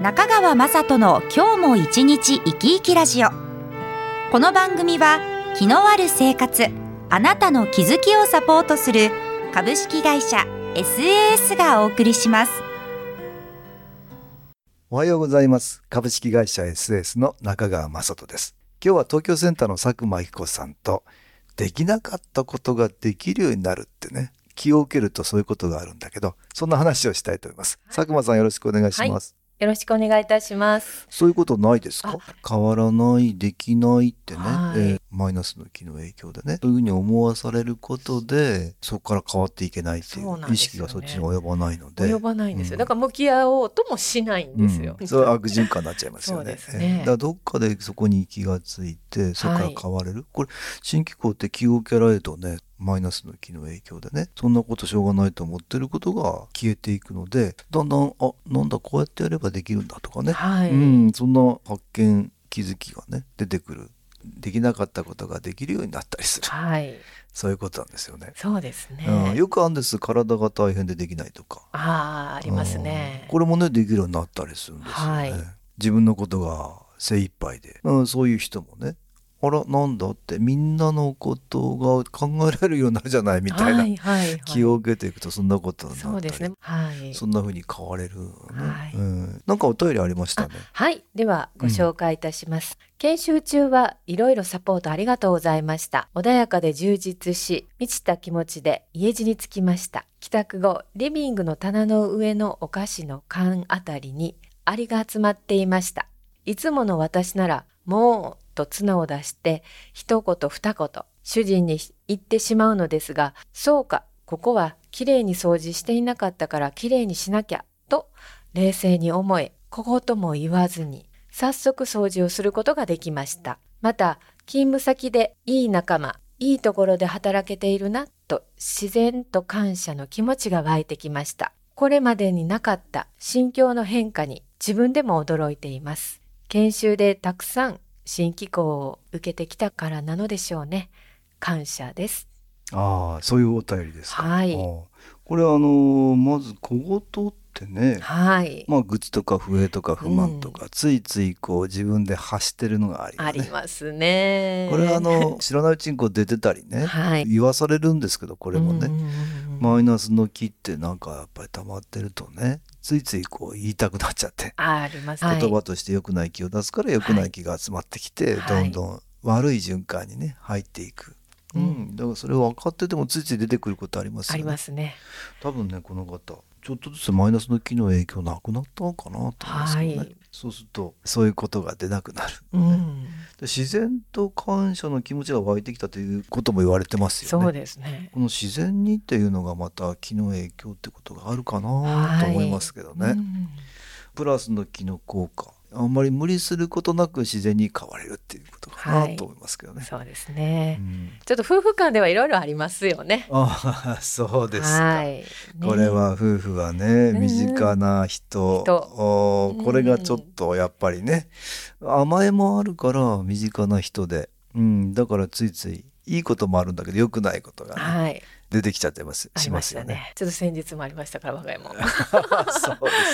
中川雅人の今日も一日生き生きラジオこの番組は気のある生活あなたの気づきをサポートする株式会社 SAS がお送りしますおはようございます株式会社 SS の中川雅人です今日は東京センターの佐久間由紀子さんとできなかったことができるようになるってね気を受けるとそういうことがあるんだけどそんな話をしたいと思います、佐久間さんよろしくお願いします、よろしくお願いいたします。そういうことないですか変わらないできないってね、はいえーマイナスの気の影響でねそういうふうに思わされることでそこから変わっていけないっていそうなうんですよね意識がそっちに及ばないので及ばないんですよ。うんだから向き合おうともしないんですよ。うん、それは悪循環になっちゃいますよね。そうですねええだからどっかでそこに気がついてそこから変われる、これ新機構って気を受けられるとねマイナスの気の影響でねそんなことしょうがないと思ってることが消えていくのでだんだんあなんだこうやってやればできるんだとかね、はい、うん、そんな発見気づきがね出てくるできなかったことができるようになったりするはい、そういうことなんですよね。そうですね。うん、よくあるんです体が大変でできないとか。ああ、ありますねうん。これもねできるようになったりするんですよね、はい自分のことが精一杯で、うん、そういう人もねあらなんだってみんなのことが考えられるようになるじゃないみたいな、はい、はい、はい。気を受けていくとそんなことになったりそうですね。はい。そんな風に変われるのね、はいうん、なんかお便りありましたねはい、ではご紹介いたします。研修中はいろいろサポートありがとうございました。穏やかで充実し、満ちた気持ちで家路に着きました。帰宅後、リビングの棚の上のお菓子の缶あたりにアリが集まっていました。いつもの私なら、もうと角を出して、一言二言、主人に言ってしまうのですが、そうか、ここはきれいに掃除していなかったからきれいにしなきゃ、と冷静に思い、小言も言わずに、早速掃除をすることができました。また、勤務先でいい仲間、いいところで働けているな、と自然と感謝の気持ちが湧いてきました。これまでになかった心境の変化に自分でも驚いています。研修でたくさん新機構を受けてきたからなのでしょうね。感謝です。ああそういうお便りですか、はいああこれあのーまず小言ってね、はい。まあ愚痴とか不平とか不満とか、ついついこう自分で発してるのがありますねありますね。これはあ、 の知らないうちにこう出てたりね、はい。言わされるんですけどこれもうね、んうんうんうんマイナスの気ってなんかやっぱり溜まってるとねついついこう言いたくなっちゃって、ああります。言葉として良くない気を出すから良くない気が集まってきて、はいどんどん悪い循環にね入っていく、ううんんだからそれを分かっててもついつい出てくることありますあよりねますね。多分ねこの方ちょっとずつマイナスの気の影響なくなったのかなと思うんですけどね、はいそうするとそういうことが出なくなるうん、で自然と感謝の気持ちが湧いてきたということも言われてますよそうね。ですね。この自然にっていうのがまた気の影響ってことがあるかなと思いますけどね、うんプラスの気の効果あんまり無理することなく自然に変われるっていうことかはないと思いますけどね。そうですうね。んちょっと夫婦間ではいろいろありますよね。ああそうですか、はい。ねこれ。は夫婦はねうんうん身近な人,、人おーこれがちょっとやっぱりね甘えもあるから身近な人で、うん、だからついついいいこともあるんだけど良くないことがね、はい。出てきちゃってますありしまましすたよねね。。ちょっと先日もありましたから我が家も。 そうで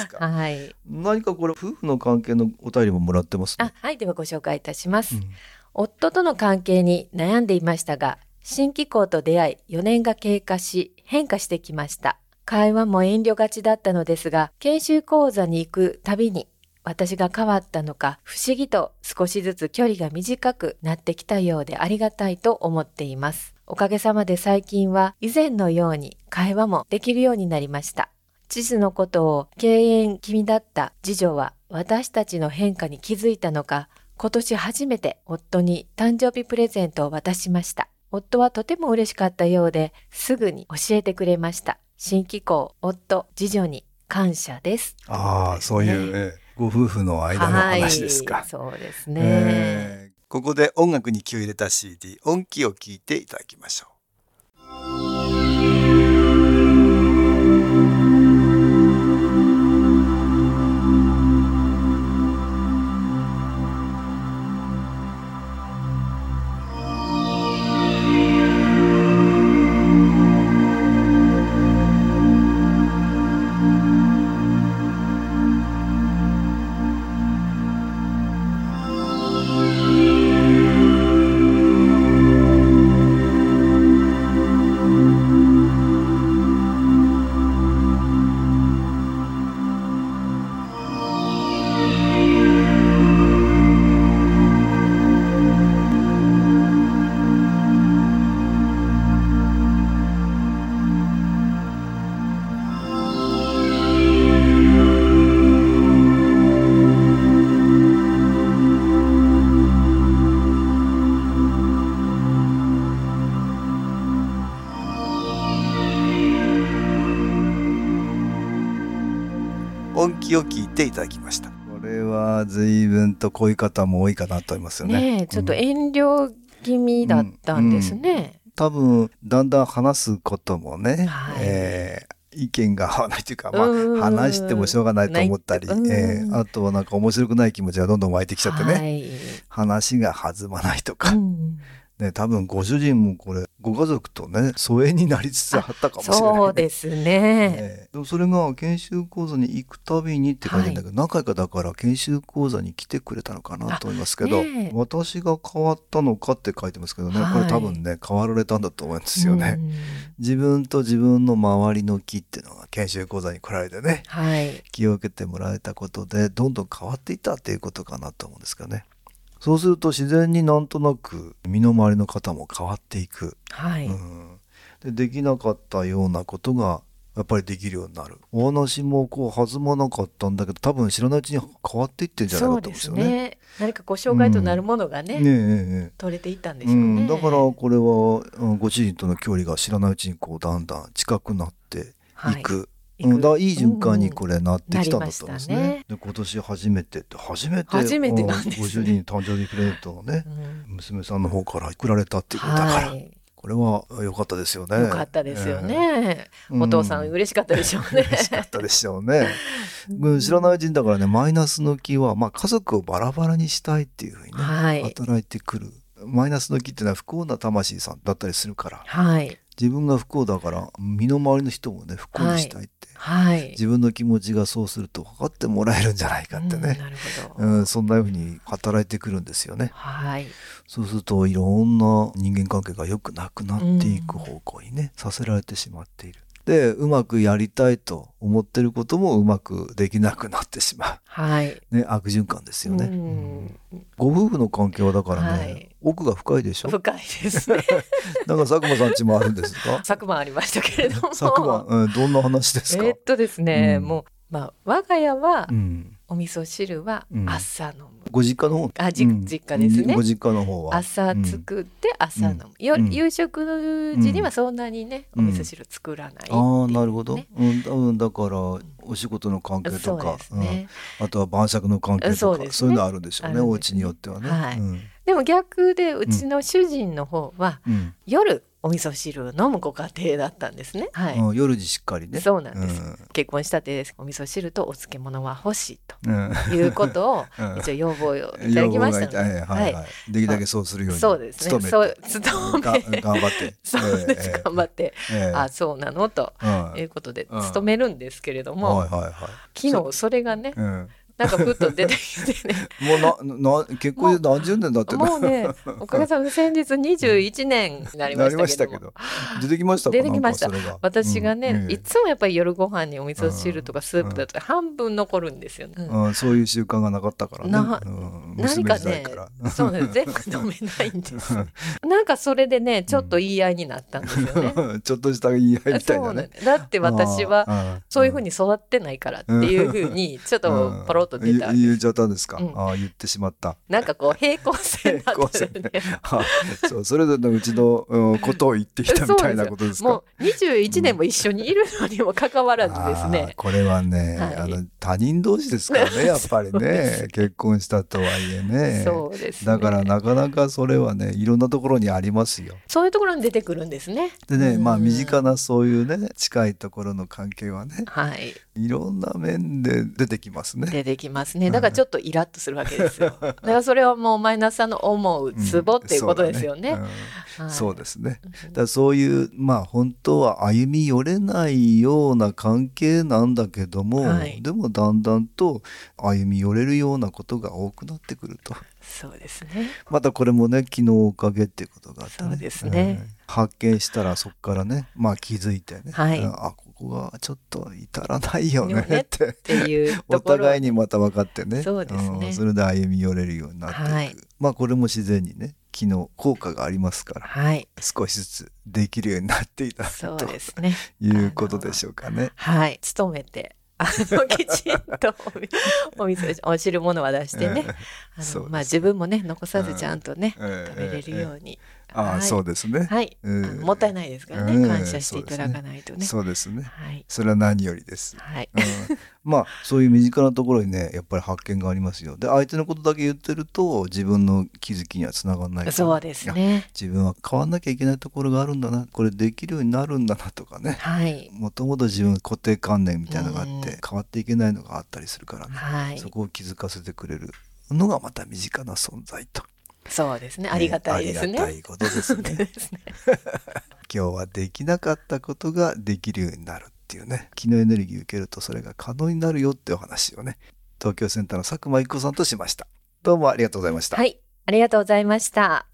すか。はい。何かこれ夫婦の関係のお便りももらってますねあ、。はい。ではご紹介いたします。うん夫との関係に悩んでいましたが、新機構と出会い4年が経過し、変化してきました。会話も遠慮がちだったのですが、研修講座に行くたびに、私が変わったのか、不思議と少しずつ距離が短くなってきたようでありがたいと思っています。おかげさまで最近は以前のように会話もできるようになりました。父のことを敬遠気味だった次女は私たちの変化に気づいたのか、今年初めて夫に誕生日プレゼントを渡しました。夫はとても嬉しかったようですぐに教えてくれました。新機構、夫、次女に感謝です。ああ、そういう、ええご夫婦の間の話ですか。はい、そうですね。ええここで音楽に気を入れた CD、音気を聞いていただきましょう。音気を聞いていただきました。これは随分とこういう方も多いかなと思いますよね。ねえちょっとうん遠慮気味だったんですね。多分だんだん話すこともね、はいえー意見が合わないというか、まうーんあ、話してもしょうがないと思ったり、ないってえうんーあとはなんか面白くない気持ちがどんどん湧いてきちゃってね、はい。話が弾まないとか、うんね、多分ご主人もこれご家族とね疎遠になりつつあったかもしれない、そうですね。ええでもそれが研修講座に行くたびにって感じなんだけど、何回かだから研修講座に来てくれたのかなと思いますけど、あねえ私が変わったのかって書いてますけどね、こはいれ多分ね変わられたんだと思うんですよね、うん自分と自分の周りの木っていうのが研修講座に来られてねはい。気を受けてもらえたことでどんどん変わっていったっていうことかなと思うんですけどねそうすると自然になんとなく身の回りの方も変わっていくはい。うんでできなかったようなことがやっぱりできるようになるお話もこう弾まなかったんだけど多分知らないうちに変わっていってんじゃないそかうと思うんでですすよね。ね。何かこう障害となるものがね、ねえええ取れていったんでしうょうね。ん、だからこれはうんご主人との距離が知らないうちにこうだんだん近くなっていはい、く,、行うくん、だからいい循環にこれなってきたんだと思うんですね。なりましで今年初めてって初めて初めてなんですねうんご主人に誕生日プレゼントをねうん娘さんの方から送られたっていうことだから、はいこれは良かったですよね。よかったですよえね。え。うんお父さん嬉しかったでしょうね。嬉しかったでしょうね。うん知らない人だからねマイナスの気は、まあ、家族をバラバラにしたいっていうふうにね、はい。働いてくるマイナスの気っていうのは不幸な魂さんだったりするからはい。自分が不幸だから身の回りの人もね不幸にしたいって、はい。自分の気持ちがそうすると分かってもらえるんじゃないかってうんね、なるうほど。んそんなふうに働いてくるんですよね。はい。そうするといろんな人間関係が良くなくなっていく方向にね、させられてしまっている。でうまくやりたいと思ってることもうまくできなくなってしまはい。う、ね、悪循環ですよね、ううんんご夫婦の関係はだからね、はい奥が深いでしょだか深いですね。ら佐久間さんちもあるんです か昨晩ありましたけれど も。昨晩、うんどんな話ですか、えーっとですね、うんもう、まあ、我が家はう、ん、お味噌汁はうん朝飲む。ご実家の方あじうん実家ですねご実家の方は朝作って朝飲む、ようん夕食時にはそんなにね、うんお味噌汁作らないっていうね、ああなるほど、うん多分だからお仕事の関係とそうかですね、うんあとは晩酌の関係とかそそうう,、ですねいうのあるんでしょうねあるんですおね家によってはね、はいうんでも逆でうちの主人の方は、うん夜お味噌汁を飲むご家庭だったんですねはい、うん夜にしっかりねそうなんです、うん結婚したてですお味噌汁とお漬物は欲しい うんというこ とをうん一応要望をいただきましたので、要望が はいはいはい、できるだけそうするようにそうですね努めてそう勤がめ頑張って そうです、頑張って、ええあそうなのとうんいうことでうん勤めるんですけれども、はいはいはい昨日それがねうん、もなんかふっと出てき てねうなな結婚で何十年だってもうねおかげさまで先日21年になりまなりしたけども出てきましたか出てきましたなんかそれが 私がね、うんええいつもやっぱり夜ご飯にお味噌汁とかスープだとか半分残るんですよね。うんうん、そういう習慣がなかったからね。なうん娘時代から。そうなんです全部飲めないんですなんかそれでねちょっと言い合いになったん ですよね、 ちょっとした言い合いみたいそうななんね。だだって私ははそういうふうに育ってないからっていうふうにちょっとパロッと出た、言言っちゃったんですか、うんああ言ってしまった なんかこう平行線だったんですよ平ねあそうそれぞれのうちの、うんことを言ってきたみたいなことですかもう21年も一緒にいるのにもかかわらずですあーね。これはね、はいあの他人同士ですからねやっぱりそうでね す結婚したとはいえねそうです、ね。だからなかなかそれはねいろんなところにありますよ。そういうところに出てくるんですね。でね、うんまあ身近なそういうね近いところの関係はねはいいろんな面で出てきますね。出てきますね。だからちょっとイラッとするわけで すよ。だからそれはもうマイナスさんの思うツボっていうことですよね。うんそうだねうんそうでですね。すだからそういうまあ本当は歩み寄れないような関係なんだけども、はいでもだんだんと歩み寄れるようなことが多くなってくると。そうですね。またこれもね昨日おかげっていうことがあって、そうですねうん発見したらそこからねまあ気づいてね、はいうんあここがちょっと至らないよねよ ねってっていうおところ。互いにまた分かってねそうですねんそれで歩み寄れるようになっていく、はいまあこれも自然にね昨日効果がありますからはい。少しずつできるようになっていたそうとですね。いうことでしょうかね。はい。勤めて。あ のきちんとお店お汁物は出してね、あそうのですまあ自分もね残さずちゃんとね、えー食べれるように、ああ、はいそうですね。はい、あうんのもったいないですからね、うん感謝していただかないとねそうですね。はいそれは何よりです。はいうんまあそういう身近なところにねやっぱり発見がありますよ。で相手のことだけ言ってると自分の気づきにはつながらないからそうですね自分は変わんなきゃいけないところがあるんだなこれできるようになるんだなとかねはいもともと自分の固定観念みたいなのがあって、うん変わっていけないのがあったりするからね、はいそこを気づかせてくれるのがまた身近な存在と。そうです ねありがたいですありねがたいことです そうね。ですね今日はできなかったことができるようになるっていうね気のエネルギー受けるとそれが可能になるよってお話をね東京センターの佐久間一子さんとしましたどうもありがとうございました、はいありがとうございました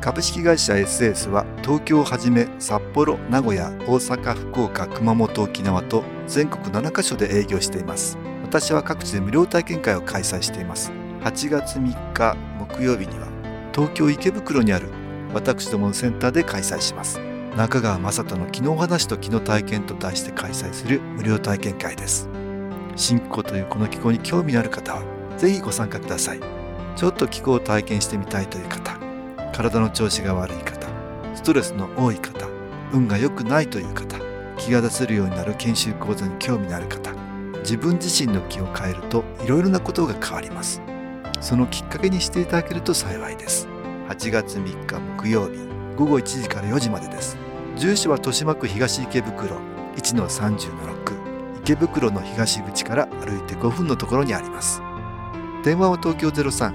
株式会社 SS は東京をはじめ札幌名古屋大阪福岡熊本沖縄と全国7カ所で営業しています私は各地で無料体験会を開催しています8月3日木曜日には東京池袋にある私どものセンターで開催します中川雅人の「昨日話と昨日体験」と題して開催する無料体験会です新気候というこの気候に興味のある方はぜひご参加くださいちょっと気候を体験してみたいという方体の調子が悪い方ストレスの多い方運が良くないという方気が出せるようになる研修講座に興味のある方自分自身の気を変えるといろいろなことが変わりますそのきっかけにしていただけると幸いです8月3日木曜日午後1時から4時までです住所は豊島区東池袋1-30-6池袋の東口から歩いて5分のところにあります電話は東京03